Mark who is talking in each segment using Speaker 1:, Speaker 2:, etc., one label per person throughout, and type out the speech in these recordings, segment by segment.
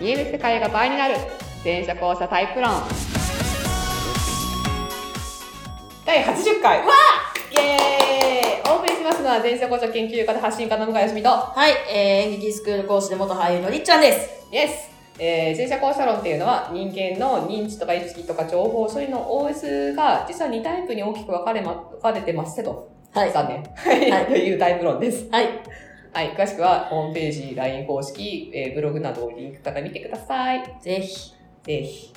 Speaker 1: 見える世界が倍になる全車交差タイプ論第80回わイエーイお送りしますのは全車交差研究家で発信家の向井よしみと
Speaker 2: はい、えー、演劇スクール講師で元俳優のりっちゃんです。
Speaker 1: イエスえー、前者交差論っていうのは人間の認知とか意識とか情報処理の OS が実は2タイプに大きく分かれ,、ま、分かれてますけど、
Speaker 2: はい。
Speaker 1: 残念。はい、 というタイプ論です。
Speaker 2: はい。
Speaker 1: はい、詳しくはホームページ、LINE 公式、えーブログなどをリンクから見てください。
Speaker 2: ぜひ。
Speaker 1: ぜひ。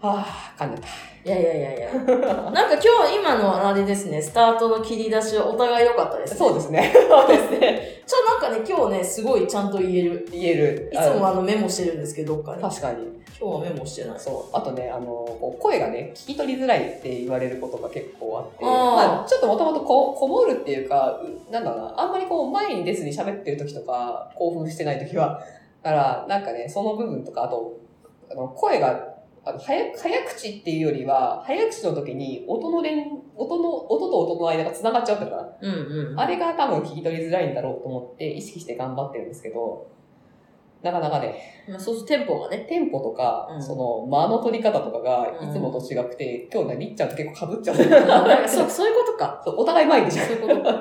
Speaker 1: はぁ、噛んでた。
Speaker 2: いやいやいやいや。 なんか今日、今のあれですね、スタートの切り出しはお互い良かったです、ね。
Speaker 1: そうですね。そうですね。
Speaker 2: ちょ、なんかね、今日ね、すごいちゃんと言える。
Speaker 1: 言える。
Speaker 2: いつもあのメモしてるんですけど、どっか
Speaker 1: あ
Speaker 2: に。
Speaker 1: の
Speaker 2: 今
Speaker 1: 確かに。
Speaker 2: 日はメモしてない。
Speaker 1: そう。あとね、あの、こう声がね、聞き取りづらいって言われることが結構あって、
Speaker 2: あー
Speaker 1: まあ、ちょっともともとここもるっていうか、うなんだろうな、あんまりこう前に出ずに喋ってる時とか、興奮してない時は。だから、なんかね、その部分とか、あと、あの声が、あの早早口っていうよりは、早口の時に音の連、音の、音と音の間が繋がっちゃうっていうかな。
Speaker 2: うんうん。
Speaker 1: あれが多分聞き取りづらいんだろうと思って意識して頑張ってるんですけど、なかなかね、
Speaker 2: まあそう そう、テンポがね。
Speaker 1: テンポとか、
Speaker 2: うん
Speaker 1: その間の取り方とかが
Speaker 2: うん
Speaker 1: いつもと違くて、今日ね、りっちゃんと結構被っちゃう。
Speaker 2: あ そう、そういうことか。
Speaker 1: そうお互い前でし
Speaker 2: そう
Speaker 1: ょ。
Speaker 2: いうことか。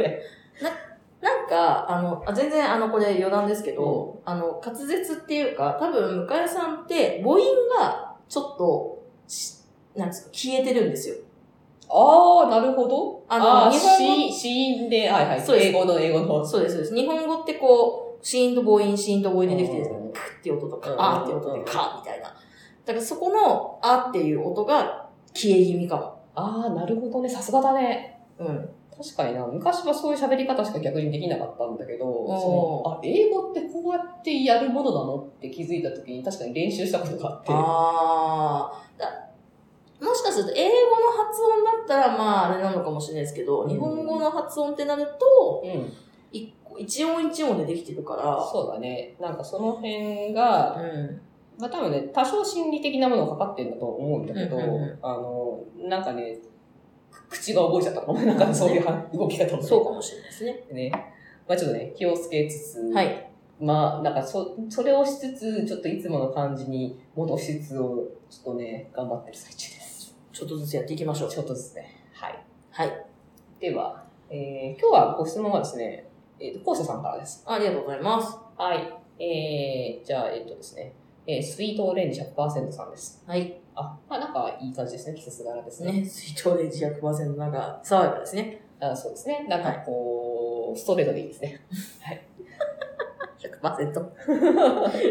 Speaker 2: なんか、あの、あ全然、あの、これ余談ですけど、あの、滑舌っていうか、多分、向井さんって、母音が、ちょっとし、なんですか、消えてるんですよ。
Speaker 1: あー、なるほど。
Speaker 2: あの
Speaker 1: あー
Speaker 2: 日本語
Speaker 1: し死因で、はいはい。
Speaker 2: そうです
Speaker 1: 英語の英語の。
Speaker 2: そうです、そうです。日本語ってこう、子音と母音、子音と母音でできてるんですよ。
Speaker 1: うん
Speaker 2: クッっていう音とか
Speaker 1: う、ん
Speaker 2: あーっていう音で、カーみたいな。だからそこの、あーっていう音が消え気味かも。
Speaker 1: あー、なるほどね。さすがだね。
Speaker 2: うん。
Speaker 1: 確かにな。昔はそういう喋り方しか逆にできなかったんだけど、
Speaker 2: ん
Speaker 1: そのあ、英語ってこうやってやるものなのって気づいた時に確かに練習したことがあって。
Speaker 2: あーだ。もしかすると、英語の発音だったら、まあ、あれなのかもしれないですけど、
Speaker 1: うん
Speaker 2: 日本語の発音ってなると、
Speaker 1: うん。
Speaker 2: 一個一音一音でできてるから、
Speaker 1: そうだね。なんかその辺が、
Speaker 2: うん。
Speaker 1: まあ多分ね、多少心理的なものがかかってんだと思うんだけど、
Speaker 2: うんうんう
Speaker 1: あの、なんかね、口が覚えちゃったかも。なんかそういうは動きだと思う。
Speaker 2: そうかもしれないですね。
Speaker 1: ね。まあちょっとね、気をつけつつ、
Speaker 2: はい。
Speaker 1: まあなんかそ、それをしつつ、ちょっといつもの感じに戻しつつを、ちょっとね、頑張ってる最中です。
Speaker 2: ちょっとずつやっていきましょう
Speaker 1: ち。ょっとですね。はい。
Speaker 2: はい。
Speaker 1: では、えー、今日はご質問はですね、えっ、と、校舎さんからです。
Speaker 2: ありがとうございます。
Speaker 1: はい。えー、じゃあ、えっとですね、えー、スイートオレンジ100%さんです。
Speaker 2: はい。
Speaker 1: あ、まあなんかいい感じですね、季節柄ですね。
Speaker 2: ね、水筒レンジ100%なんか、爽やかですね。
Speaker 1: あそうですね。なんかこう、ストレートでいいです ね。
Speaker 2: 100%。
Speaker 1: はい。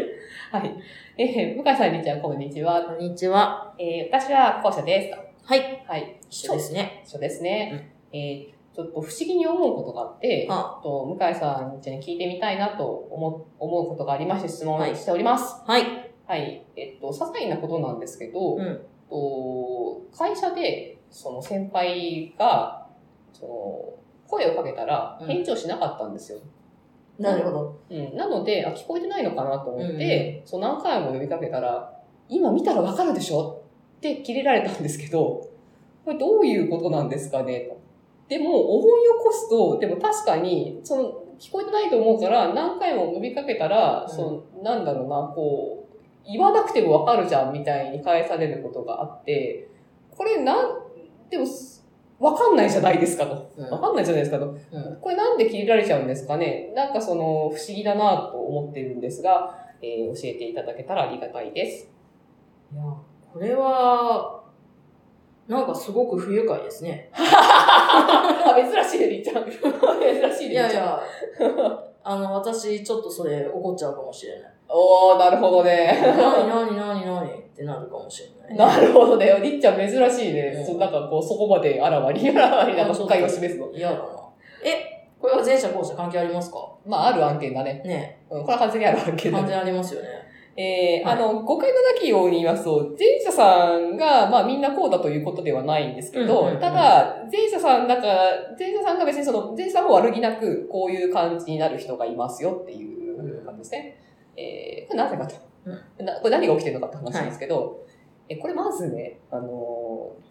Speaker 1: えー、向井さん、りっちゃん、こんにちは。
Speaker 2: こんにちは。
Speaker 1: えー、私は校舎です。
Speaker 2: はい。
Speaker 1: はい。
Speaker 2: 一緒ですね。
Speaker 1: そうですね。えー、ちょっと不思議に思うことがあって、
Speaker 2: あ、
Speaker 1: と向井さん、りっちゃんに聞いてみたいなと思思うことがありまして質問
Speaker 2: はい
Speaker 1: しております。
Speaker 2: はい。
Speaker 1: はい。えっと、些細なことなんですけど、
Speaker 2: うん
Speaker 1: と会社で、その先輩が、その、声をかけたら
Speaker 2: うん
Speaker 1: 返事をしなかったんですよ。
Speaker 2: なるほど。
Speaker 1: うん。なので、あ、聞こえてないのかなと思って、そう何回も呼びかけたら、今見たらわかるでしょって切れられたんですけど、これどういうことなんですかねと。でも、思い起こすと、でも確かに、その、聞こえてないと思うから、何回も呼びかけたら、
Speaker 2: うん
Speaker 1: その、なんだろうな、こう、言わなくてもわかるじゃん、みたいに返されることがあって、これなん、でも、わかんないじゃないですかと。
Speaker 2: うん
Speaker 1: わかんないじゃないですかと。
Speaker 2: うん
Speaker 1: これなんで切れられちゃうんですかねなんかその、不思議だなと思ってるんですが、えー教えていただけたらありがたいです。
Speaker 2: いや、これは、なんかすごく不愉快ですね。
Speaker 1: あ、珍しいね、りっちゃん。珍しいね、りっちゃん。
Speaker 2: いやいや、 あの、私、ちょっとそれ怒っちゃうかもしれない。
Speaker 1: おー、なるほどね。
Speaker 2: なになになになにってなるかもしれない。
Speaker 1: なるほどね。りっちゃん珍しいね。
Speaker 2: うん
Speaker 1: そうなんかこう、そこまであらわり、あらわりなんか深いを示すの。
Speaker 2: 嫌だな。え、これは前者後者関係ありますか
Speaker 1: まあ、ある案件だね。
Speaker 2: ね
Speaker 1: うん、これは完全にある案件だ
Speaker 2: 完
Speaker 1: ね。
Speaker 2: 全ありますよね。
Speaker 1: えー、
Speaker 2: は
Speaker 1: あ
Speaker 2: い
Speaker 1: の、誤解のなきように言いますと、前者さんが、まあみんなこうだということではないんですけど、
Speaker 2: うんうんうん
Speaker 1: ただ、前者さんだから、前者さんが別にその、前者さんも悪気なく、こういう感じになる人がいますよっていう感じですね。えー、これなぜかと。なこれ何が起きてるのかって話なんですけど、え、これまずね、あのー、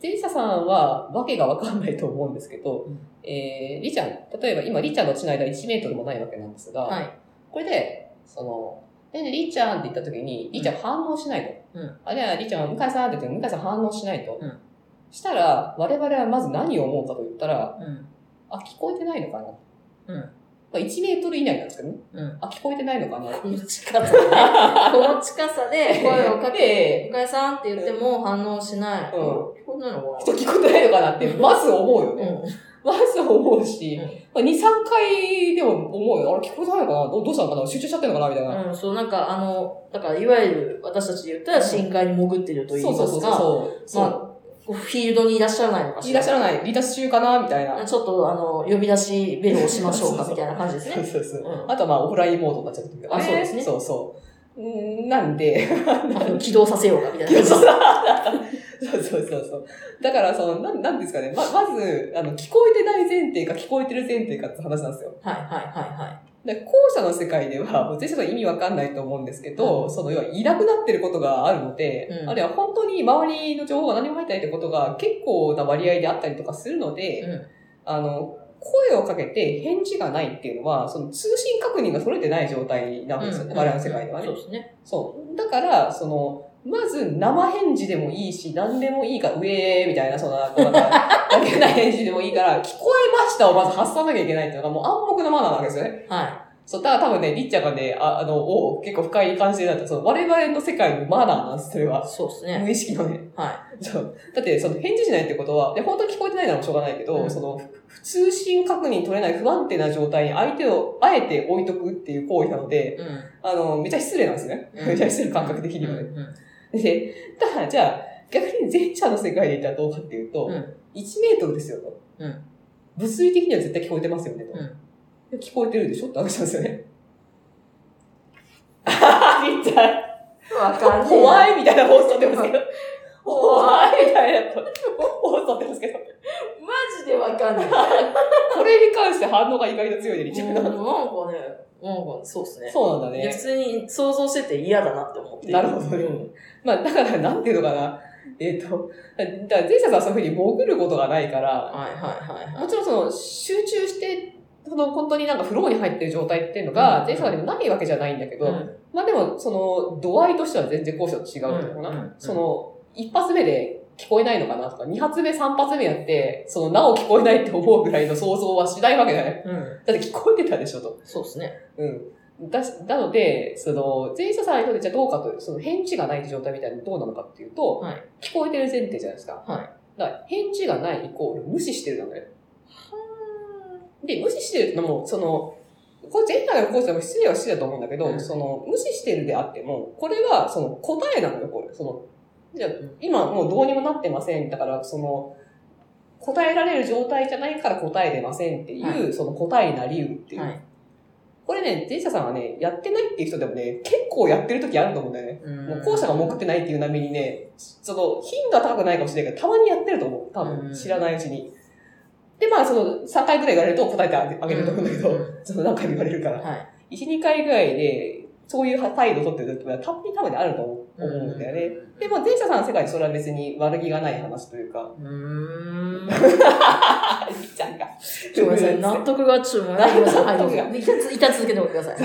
Speaker 1: 前者さんはわけがわかんないと思うんですけど、
Speaker 2: うん
Speaker 1: えー、りちゃん、例えば今りちゃんの血の間1メートルもないわけなんですが、
Speaker 2: はい。
Speaker 1: これで、その、で、りーちゃんって言った時に、りーちゃん反応しないと。
Speaker 2: うん
Speaker 1: あ、じゃありーちゃん、向井さんって言っても、向井さん反応しないと。
Speaker 2: うん
Speaker 1: したら、我々はまず何を思うかと言ったら、
Speaker 2: うん。
Speaker 1: あ、聞こえてないのかな。
Speaker 2: うん
Speaker 1: まあ、1メートル以内なんですけどね。
Speaker 2: うん。
Speaker 1: あ、聞こえてないのかな。
Speaker 2: この近さで、 この近さで声をかけ
Speaker 1: で、
Speaker 2: 向井さんって言っても反応しない。
Speaker 1: うん
Speaker 2: 聞こえないのか
Speaker 1: 人聞こえてないのかなって、まず思うよね。
Speaker 2: なうん。
Speaker 1: まず思うし
Speaker 2: うん、
Speaker 1: まあ、2、3回でも思うよ。あれ聞こえてないのかなどうどうしたのかな集中しちゃってるのかなみたいな。
Speaker 2: うん、そう、なんか、あの、だから、いわゆる、私たちで言ったら、深海に潜ってると
Speaker 1: そう
Speaker 2: 言いま
Speaker 1: そうそ
Speaker 2: す
Speaker 1: う
Speaker 2: か、
Speaker 1: そう。そ
Speaker 2: まあ
Speaker 1: う。
Speaker 2: こうフィールドにいらっしゃらないのかし
Speaker 1: 言い出
Speaker 2: ら。
Speaker 1: しらない。離脱中かなみたいな。
Speaker 2: ちょっと、あの、呼び出しベルをしましょう
Speaker 1: そうそう
Speaker 2: か、
Speaker 1: そう
Speaker 2: みたいな感じです
Speaker 1: そう
Speaker 2: ね。
Speaker 1: そうそう。
Speaker 2: うん
Speaker 1: あとはまあ、オフラインモードになっちゃうけど
Speaker 2: あそうですね
Speaker 1: そうそう。んーなんで、
Speaker 2: あの起動させようか、みたい
Speaker 1: そ
Speaker 2: な
Speaker 1: う
Speaker 2: 感じ
Speaker 1: そ
Speaker 2: で
Speaker 1: う
Speaker 2: す。
Speaker 1: そうそう。だから、その、なん、なんですかね。ま、まず、あの、聞こえてない前提か聞こえてる前提かって話なんですよ。
Speaker 2: はい、はい、はい、はい。
Speaker 1: で、後者の世界では、もう全然その意味わかんないと思うんですけど、
Speaker 2: うん
Speaker 1: その、要はいなくなってることがあるので、
Speaker 2: うん
Speaker 1: あるいは本当に周りの情報が何も入ってないってことが結構な割合であったりとかするので、
Speaker 2: うん
Speaker 1: あの、声をかけて返事がないっていうのは、その通信確認が取れてない状態なんですよ、我々の世界ではね。
Speaker 2: そうですね。
Speaker 1: そう。だから、その、まず生返事でもいいし、何でもいいから、うえーみたいな、そんな、なんか、投げない返事でもいいから、聞こえましたをまず発さなきゃいけないっていうのが、もう暗黙のマナーなわけですよね。
Speaker 2: は
Speaker 1: そう、だから多分ね、りっちゃんがね、ああの、お結構不快に感じてるなって、その、我々の世界のマナーなんです、それ
Speaker 2: い。
Speaker 1: は。
Speaker 2: そうですね。
Speaker 1: 無意識のね。
Speaker 2: は
Speaker 1: そう。だって、その、返事しないってことは、で、本当に聞こえてないならしょうがないけど、
Speaker 2: うん
Speaker 1: その、ふ通信確認取れない不安定な状態に相手をあえて置いとくっていう行為なので、
Speaker 2: い。うん。
Speaker 1: あの、めちゃ失礼なんですね。
Speaker 2: うん
Speaker 1: めちゃ失礼感覚的にはね。
Speaker 2: うんうん
Speaker 1: で、ただ、じゃあ、逆に前者の世界でいたらどうかっていうと、
Speaker 2: うん
Speaker 1: 1メートルですよと。
Speaker 2: うん
Speaker 1: 物理的には絶対聞こえてますよねと。
Speaker 2: うん
Speaker 1: で聞こえてるでしょって話なんですよね。あはは、りっちゃん
Speaker 2: わかんねえ。
Speaker 1: 怖
Speaker 2: い。
Speaker 1: いみたいな放送出ますけど。
Speaker 2: 怖
Speaker 1: 怖いみたいな放送出ますけど。
Speaker 2: マジでわ かんない。
Speaker 1: これに関して反応が意外と強いね、りっちゃ
Speaker 2: うんん
Speaker 1: が
Speaker 2: なんかね、なんかそうですね。
Speaker 1: そうなんだ
Speaker 2: いや
Speaker 1: ね
Speaker 2: 普。通に想像してて嫌だなって思って
Speaker 1: なるほどね
Speaker 2: うん
Speaker 1: まあ、だから、なんていうのかな。えっ、と、だから前者さんはそういうふうに潜ることがないから、
Speaker 2: はいはいはいは
Speaker 1: も
Speaker 2: い。
Speaker 1: ちろんその集中して、その本当になんかフローに入ってる状態っていうのが
Speaker 2: う、ん
Speaker 1: 前者でもないわけじゃないんだけど、
Speaker 2: うん
Speaker 1: まあでもその度合いとしては全然後者と違うと思うな。
Speaker 2: うんうんうん
Speaker 1: その一発目で聞こえないのかなとか、二発目、三発目やって、そのなお聞こえないって思うぐらいの想像はしないわけじゃない。
Speaker 2: うん。
Speaker 1: だって聞こえてたでしょと。
Speaker 2: そうですね。
Speaker 1: うん。だし、なので、その、前者さんにとってじゃあどうかという、その返事がないって状態みたいなのどうなのかっていうと、
Speaker 2: はい
Speaker 1: 聞こえてる前提じゃないですか。
Speaker 2: はい
Speaker 1: だから、返事がないイコール無視してるなんだよ。で、無視してるのも、その、これ前回の講師でも失礼は失礼だと思うんだけど、
Speaker 2: うん
Speaker 1: その、無視してるであっても、これは、その、答えなのよ、これ。その、じゃあ今もうどうにもなってません。だから、その、答えられる状態じゃないから答えれませんっていう、
Speaker 2: は
Speaker 1: その答えになりうるっていう。
Speaker 2: はい。
Speaker 1: これね、前者さんはね、やってないっていう人でもね、結構やってる時あると思うんだよね。もう後者が潜ってないっていう波にね、その、頻度は高くないかもしれないけど、たまにやってると思う。多
Speaker 2: う
Speaker 1: 分、
Speaker 2: ん
Speaker 1: 知らないうちに。で、まあ、その、3回ぐらい言われると答えてあげあげると思うんだけど、
Speaker 2: うんうんうん
Speaker 1: その何回も言われるから。
Speaker 2: はい。
Speaker 1: 1、2回ぐらいで、そういう態度を取ってる時は、たまに多分あると思う思うんだよね。で、まあ、前者さんの世界でそれは別に悪気がない話というか、
Speaker 2: うーん。
Speaker 1: あ、りっちゃんが。
Speaker 2: ごめんなさ い。納得がちょっともう、はい、ごめんなさい。はい、どうぞ
Speaker 1: 納得
Speaker 2: いたいた続けておいてください。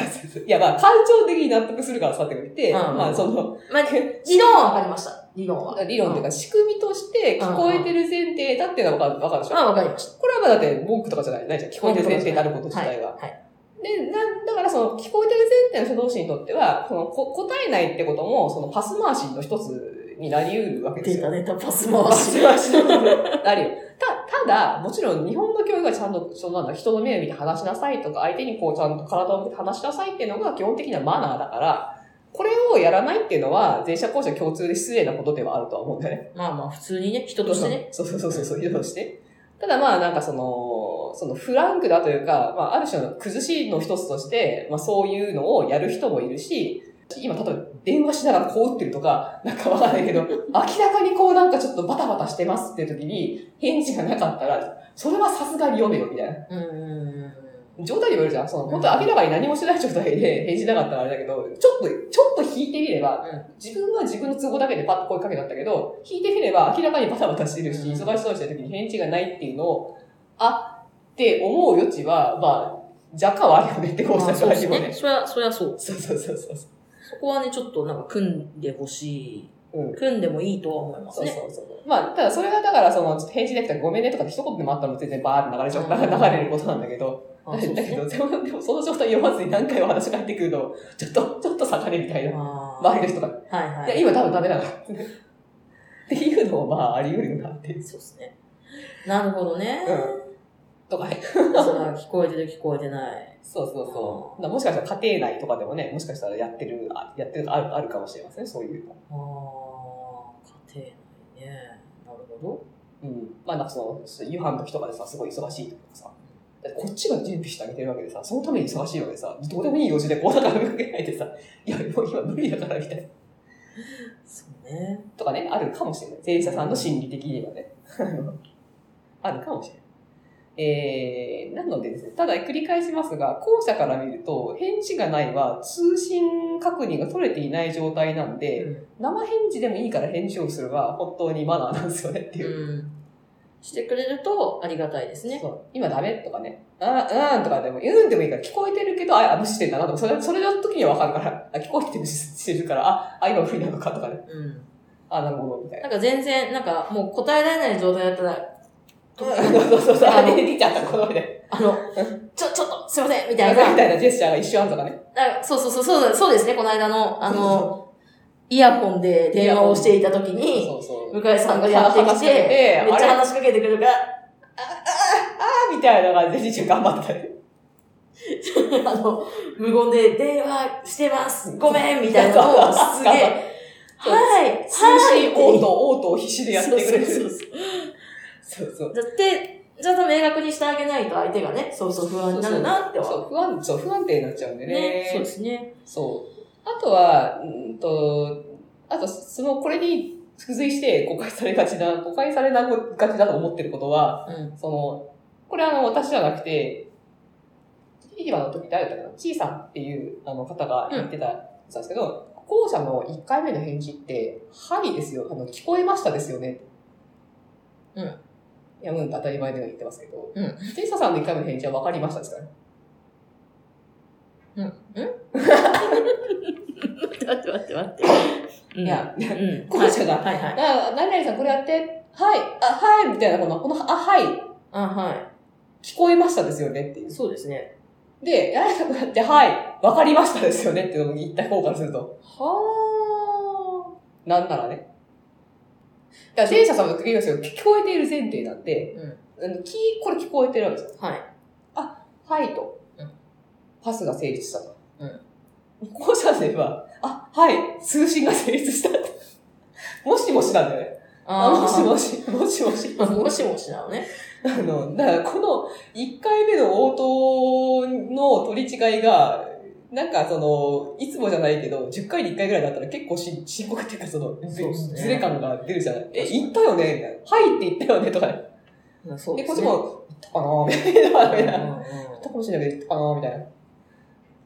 Speaker 1: いや、まあ、感情的に納得するからさって言って、
Speaker 2: うん
Speaker 1: まあ、その、
Speaker 2: まあ、理論はわかりました。理論は。
Speaker 1: 理論というか、仕組みとして聞こえてる前提だっていうのは分かるわかるでしょ
Speaker 2: あ、わかりまし
Speaker 1: これはまあだって文句とかじゃないないじゃん。聞こえてる前提になること自
Speaker 2: た。はい。
Speaker 1: 体は。
Speaker 2: はい。
Speaker 1: で、な、だからその聞こえてる前提の初動詞にとっては、そのこ答えないってことも、そのパス回しの一つになり得るわけで
Speaker 2: デ
Speaker 1: す
Speaker 2: ータ
Speaker 1: よ。
Speaker 2: データパ ス
Speaker 1: パ
Speaker 2: 回し。
Speaker 1: ス回しの一つになるよ。た、ただ、もちろん日本の教育はちゃんと、そのなんだ、人の目を見て話しなさいとか、相手にこうちゃんと体を見て話しなさいっていうのが基本的なマナーだから、これをやらないっていうのは、前者後者共通で失礼なことではあるとは思うんだよね。
Speaker 2: まあまあ、普通にね、人としてね。
Speaker 1: そうそうそうそうそう、移動して。ただまあなんかその、そのフランクだというか、まあある種の崩しの一つとして、まあそういうのをやる人もいるし、今例えば電話しながらこう打ってるとか、なんかわかんないけど、明らかにこうなんかちょっとバタバタしてますっていう時に返事がなかったら、それはさすがに読めよみたいな。
Speaker 2: うーん。
Speaker 1: 状態にもよるじゃん。その本当に明らかに何もしてない状態で返事なかったらあれだけど、ちょっと、ちょっと引いてみれば、自分は自分の都合だけでパッと声かけたんだけど、聞いてみれば明らかにバタバタしてるし、
Speaker 2: うん
Speaker 1: 忙しそうにしてる時に返事がないっていうのを、あって思う余地は、まあ、若干はあるよねってこう
Speaker 2: ま
Speaker 1: した
Speaker 2: あそう
Speaker 1: 感
Speaker 2: です
Speaker 1: じも
Speaker 2: ね。
Speaker 1: ね。
Speaker 2: そりゃ、そりゃそう。
Speaker 1: そうそうそうそう。
Speaker 2: そこはね、ちょっとなんか組んでほしい。
Speaker 1: うん
Speaker 2: 組んでもいいとは思います
Speaker 1: そう
Speaker 2: ね。
Speaker 1: そうそう。まあ、ただそれがだから、その、ちょっと返事できたらごめんねとかって一言でもあったら全然バーって流れちゃう、流れることなんだけど、
Speaker 2: あ そう
Speaker 1: だ
Speaker 2: です
Speaker 1: け
Speaker 2: ね
Speaker 1: ど、でも、でもその状態読まずに何回お話返ってくると、ちょっと、ちょっと下がれみたいな。
Speaker 2: あー
Speaker 1: 周りの人が、
Speaker 2: はいはい
Speaker 1: いや、
Speaker 2: い。
Speaker 1: 今多分ダメだな。っていうのも、まあ、あり得るよなっていう。
Speaker 2: そうですね。なるほどね。
Speaker 1: とか、
Speaker 2: それは聞こえてる聞こえてない。
Speaker 1: そうそうそう。だからもしかしたら家庭内とかでもね、もしかしたらやってる、あやってるある、あるかもしれません、そういうの。
Speaker 2: ああ、家庭内ね。なるほ
Speaker 1: うん。まあなんかその、夕飯の時とかでさ、すごい忙しいとかさ。だってこっちが準備してあげてるわけでさ、そのために忙しいわけでさ、どうでもいい用事でこうだから受けないでさ、いや、もう今無理だからみたいな。
Speaker 2: ど。そうね。
Speaker 1: とかね、あるかもしれない。税理士さんの心理的にはね。 あるかもしれない。えー、なのでですね、ただ繰り返しますが、後者から見ると、返事がないは通信確認が取れていない状態なんで、生返事でもいいから返事をするは本当にマナーなんですよねっていう。
Speaker 2: うん。してくれるとありがたいですね。
Speaker 1: そう今ダメとかね、あーうんとかでも、うんでもいいから聞こえてるけど、あ、あ無視してんだなとか、それ、それの時にはわかるから、あ、聞こえてて無視してるから、あ、あ、今不利なのかとかね、
Speaker 2: うん。
Speaker 1: あ、なるほど、みたいな。
Speaker 2: なんか全然、なんかもう答えられない状態だったら、
Speaker 1: そうそうそう、あ、出てきちゃった、この上で。
Speaker 2: あの、ちょ、ちょっと、すいませんみ
Speaker 1: み
Speaker 2: たいな。
Speaker 1: みたいなジェスチャーが一瞬あんとかね。
Speaker 2: あそうそうそう、そうだそうですね、この間の、あの、イヤホンで電話をしていた時に、
Speaker 1: そうそう。
Speaker 2: 向井さんがやってき
Speaker 1: 話しかけ
Speaker 2: て
Speaker 1: て、
Speaker 2: めっちゃ
Speaker 1: あれ
Speaker 2: 話しかけてくるから、
Speaker 1: あみたいな感じで一瞬頑張ってたね。
Speaker 2: あの、無言で電話してます、ごめんみたいなのを、すげえ、
Speaker 1: そう
Speaker 2: はい、
Speaker 1: 通信応
Speaker 2: 答
Speaker 1: 答、応答を必死でやってくれる。
Speaker 2: そうそう
Speaker 1: そうそう。
Speaker 2: だって、ちゃんと明確にしてあげないと相手がね、そうそう不安になるなって
Speaker 1: そ
Speaker 2: は。
Speaker 1: う、不安、そう、不安定になっちゃうんで
Speaker 2: ね
Speaker 1: ね。。
Speaker 2: そうですね。
Speaker 1: そう。あとは、うーんと、あと、その、これに付随して誤解されがちな、誤解されながちだと思ってることは、
Speaker 2: うん。
Speaker 1: その、これあの、私じゃなくて、ひいわの時誰だったかなちいさんっていうあの方が言ってたやつなんですけど、後者の1回目の返事って、はいですよ、あの、聞こえましたですよね。
Speaker 2: うん
Speaker 1: いや、うん、当たり前で言ってますけど、
Speaker 2: うん
Speaker 1: ちいささんの1回目の返事は分かりましたですからね。
Speaker 2: うん。うん待って待って待って。うん
Speaker 1: い、や、
Speaker 2: うん。
Speaker 1: 後者が、
Speaker 2: はいはい。
Speaker 1: あ、何々さんこれやって、はい、あ、はい、みたいな、この、この、あ、はい、
Speaker 2: あ、は
Speaker 1: 聞こえましたですよねっていう
Speaker 2: い。。そうですね。
Speaker 1: で、やらなくなって、はい、わかりましたですよねっていうのを言った方からすると。はー。なんならね。だから、前者さんも言いますよ。聞こえている前提なんで、
Speaker 2: うん。
Speaker 1: あのきこれ聞こえてるわけですよ。
Speaker 2: はい。
Speaker 1: はいと
Speaker 2: うん。
Speaker 1: パスが成立したと。
Speaker 2: うん
Speaker 1: 後者では、あ、はい、通信が成立したって。もしもしなんだよね。あ、もしもし、もしもし。
Speaker 2: し。 もしもしなのね。
Speaker 1: あの、だからこの1回目の応答の取り違いが、なんかその、いつもじゃないけど、10回に1回ぐらいだったら結構し深刻っていうかその、ず
Speaker 2: そうっすね
Speaker 1: ずれ感が出るじゃない。え、
Speaker 2: 確かに
Speaker 1: 言ったよねみたいな。はいって言ったよねとかね。
Speaker 2: そう
Speaker 1: で、
Speaker 2: で
Speaker 1: こっ
Speaker 2: す
Speaker 1: ち
Speaker 2: ね。
Speaker 1: も、言ったかなみたいな。みたいな言っ
Speaker 2: う
Speaker 1: たかもしれないけど、言ったかなみたいな。っ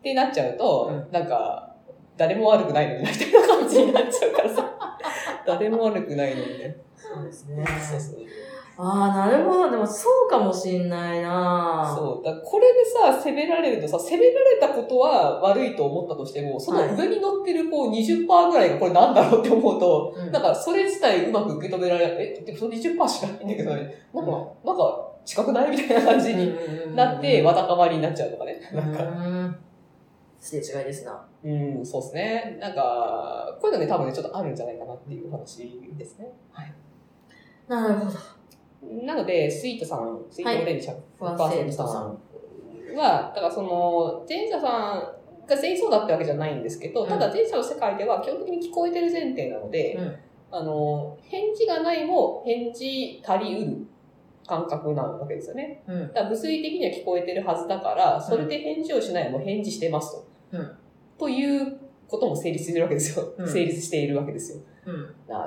Speaker 1: てなっちゃうと、
Speaker 2: う
Speaker 1: なんか、誰も悪くないのになみたいな感じになっちゃうからさ。 誰も悪くないのにね。
Speaker 2: んそうですね。
Speaker 1: そうそう。
Speaker 2: ああ、なるほど。でもそうかもしんないな
Speaker 1: そう。だからこれでさ、責められるとさ、責められたことは悪いと思ったとしても、その上に乗ってるこう20%ぐらいがこれなんだろうって思うと、
Speaker 2: う。
Speaker 1: なんかそれ自体うまく受け止められない。え、でもその20%しかないんだけどね。なんか、なんか近くないみたいな感じに
Speaker 2: に
Speaker 1: なって、わだかまりになっちゃうとかね。
Speaker 2: う
Speaker 1: なんか、
Speaker 2: ーん。すれ違いですな。
Speaker 1: うん、そうですね。なんか、こういうのね、多分ね、ちょっとあるんじゃないかなっていうお話ですね。はい。
Speaker 2: なるほど。
Speaker 1: なので、スイートさん、スイートオレンジさん
Speaker 2: 不安性の人さん。
Speaker 1: は、だからその、前者さんが全員そうだったわけじゃないんですけど、
Speaker 2: うん
Speaker 1: ただ前者の世界では基本的に聞こえてる前提なので、
Speaker 2: うん
Speaker 1: あの、返事がないも返事足りうる感覚なわけですよね。
Speaker 2: うん
Speaker 1: だ。から物理的には聞こえてるはずだから、それで返事をしないも返事してますと。
Speaker 2: うん
Speaker 1: ということも成立してるわけですよ。
Speaker 2: うん
Speaker 1: 成立しているわけですよ。
Speaker 2: うん。
Speaker 1: な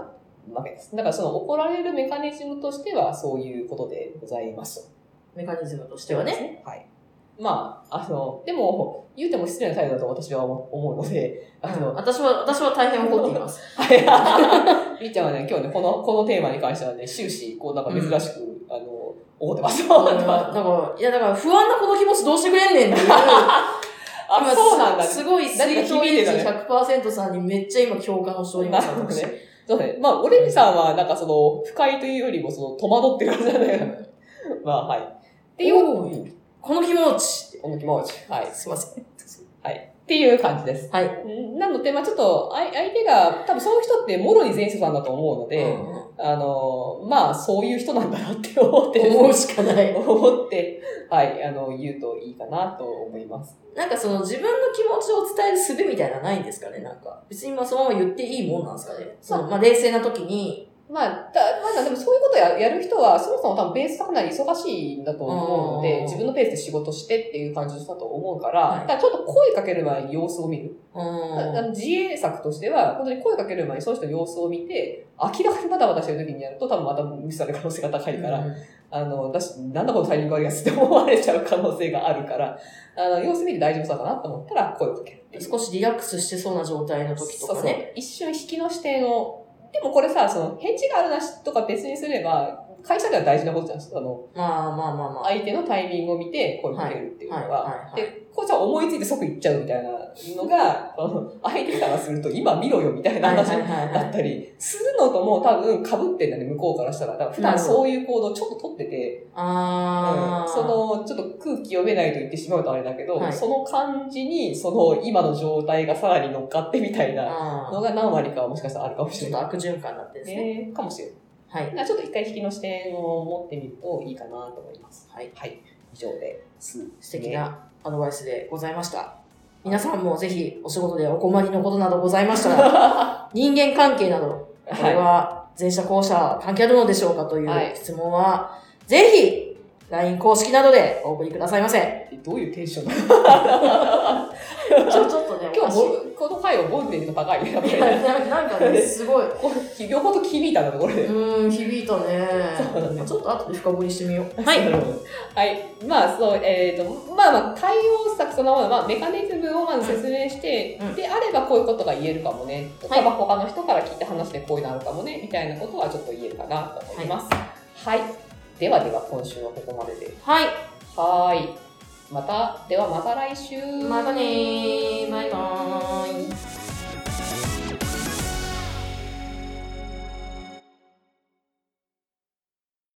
Speaker 1: わけです。だからその怒られるメカニズムとしてはそういうことでございます。
Speaker 2: メカニズムとしてはね。
Speaker 1: ね。はい。まあ、あの、でも、言うても失礼な態度だと私は思思うので、あ
Speaker 2: うん
Speaker 1: の、
Speaker 2: 私は、私は大変怒って います。
Speaker 1: はい。 みっちゃんはね、今日ね、この、このテーマに関してはね、終始、こう、なんか珍しく、あの、怒ってます。
Speaker 2: うんだから、いやだから不安なこの気持ちどうしてくれんねんっていう。
Speaker 1: あ
Speaker 2: 今
Speaker 1: なんだね
Speaker 2: すごい、水筒エンジン100%さんにめっちゃ今共感をしております。
Speaker 1: なるほど
Speaker 2: 私
Speaker 1: ねそうね。まあ、オレミさんは、なんかその、不快というよりも、その、戸惑ってる感じだね。 まあ、はい。っていう、
Speaker 2: おーこの気持ち。
Speaker 1: この気持ち。はい。
Speaker 2: すいません。
Speaker 1: っていう感じです。
Speaker 2: はい。
Speaker 1: うんなので、まあちょっと、あい相手が、多分そういう人って、もろに前者さんだと思うので、
Speaker 2: うん
Speaker 1: あの、まあそういう人なんだなって思って、
Speaker 2: 思うしかない。
Speaker 1: 思って、はい、あの、言うといいかなと思います。
Speaker 2: なんかその自分の気持ちを伝える術みたいなのないんですかねなんか。別にまあそのまま言っていいもんなんですかねそのまあ冷静な時に、
Speaker 1: まあ、だまだでもそういうことややる人は、そもそも多分ベースがかなり忙しいんだと思うの
Speaker 2: う
Speaker 1: で
Speaker 2: ん、
Speaker 1: 自分のペースで仕事してっていう感じだと思うから、
Speaker 2: はい
Speaker 1: だからちょっと声かける前に様子を見る。
Speaker 2: う
Speaker 1: あ
Speaker 2: ん。
Speaker 1: の自衛策としては、本当に声かける前にその人の様子を見て、明らかにバタバタしてる時にやると多分また無視される可能性が高いから、
Speaker 2: うん
Speaker 1: あの、だし、なんだこのタイミング悪いやつって思われちゃう可能性があるから、あの、様子見て大丈夫そうだなと思ったら声をかけるっていう。
Speaker 2: 少しリラックスしてそうな状態の時と
Speaker 1: そうそ
Speaker 2: か
Speaker 1: う
Speaker 2: ね。。
Speaker 1: 一瞬引きの視点を、でもこれさ、その、返事があるなしとか別にすれば、会社では大事なことじゃん。あの、
Speaker 2: まあまあまあまあ。
Speaker 1: 相手のタイミングを見て声をかけるっていうのは。
Speaker 2: はいはいはい。
Speaker 1: で、こうじゃ思いついて即行っちゃうみたいなのが、 あの相手からすると今見ろよみたいな
Speaker 2: はい
Speaker 1: 話
Speaker 2: はいはいは
Speaker 1: だっ
Speaker 2: い。
Speaker 1: たりするのとも多分被ってんだね、向こうからしたら。だから普段そういう行動をちょっと取ってて、
Speaker 2: あ
Speaker 1: うんそ
Speaker 2: ー。
Speaker 1: の、ちょっと空気読めないと言ってしまうとあれだけど、
Speaker 2: はい
Speaker 1: その感じに、その今の状態がさらに乗っかってみたいな
Speaker 2: あ
Speaker 1: の
Speaker 2: ー、
Speaker 1: が何割かはもしかしたらあるかもし
Speaker 2: ちょ
Speaker 1: れ
Speaker 2: っ
Speaker 1: ない。
Speaker 2: と悪循環になってるんですね。
Speaker 1: ね、かもしれない。
Speaker 2: はい。
Speaker 1: なちょっと一回引きの視点を持ってみるといいかなと思います。
Speaker 2: はい。
Speaker 1: はい。以上です。
Speaker 2: 素敵なアドバイスでございました。皆さんもぜひお仕事でお困りのことなどございましたら、 人間関係などこれは前者後者関係あるのでしょうかとい
Speaker 1: はいう
Speaker 2: 質問は、ぜひ、LINE 公式などでお送りくださいませ。
Speaker 1: どういうテンションなの
Speaker 2: ちょ、ちょっとね、
Speaker 1: 今日
Speaker 2: も、
Speaker 1: も、この回はボンテージが高いね。やっぱりね
Speaker 2: なんかね、すごい。う
Speaker 1: これ、よほど響いたんだね、これで。
Speaker 2: ーん、響いた
Speaker 1: そうだね
Speaker 2: ね。ちょっと後で深掘りしてみよう。は
Speaker 1: なる
Speaker 2: い。
Speaker 1: ほどはい。まあ、そう、えっ、と、まあまあ、対応策そのもの、まあ、メカニズムをまず説明して、
Speaker 2: うんうん
Speaker 1: であればこういうことが言えるかもね、とか、
Speaker 2: はい
Speaker 1: まあ他の人から聞いた話でこういうのあるかもね、みたいなことはちょっと言えるかなと思います。はい。ではでは、今週はここまでで。
Speaker 2: はい。
Speaker 1: はーい。また、ではまた来週。
Speaker 2: またねー。バイバーイ。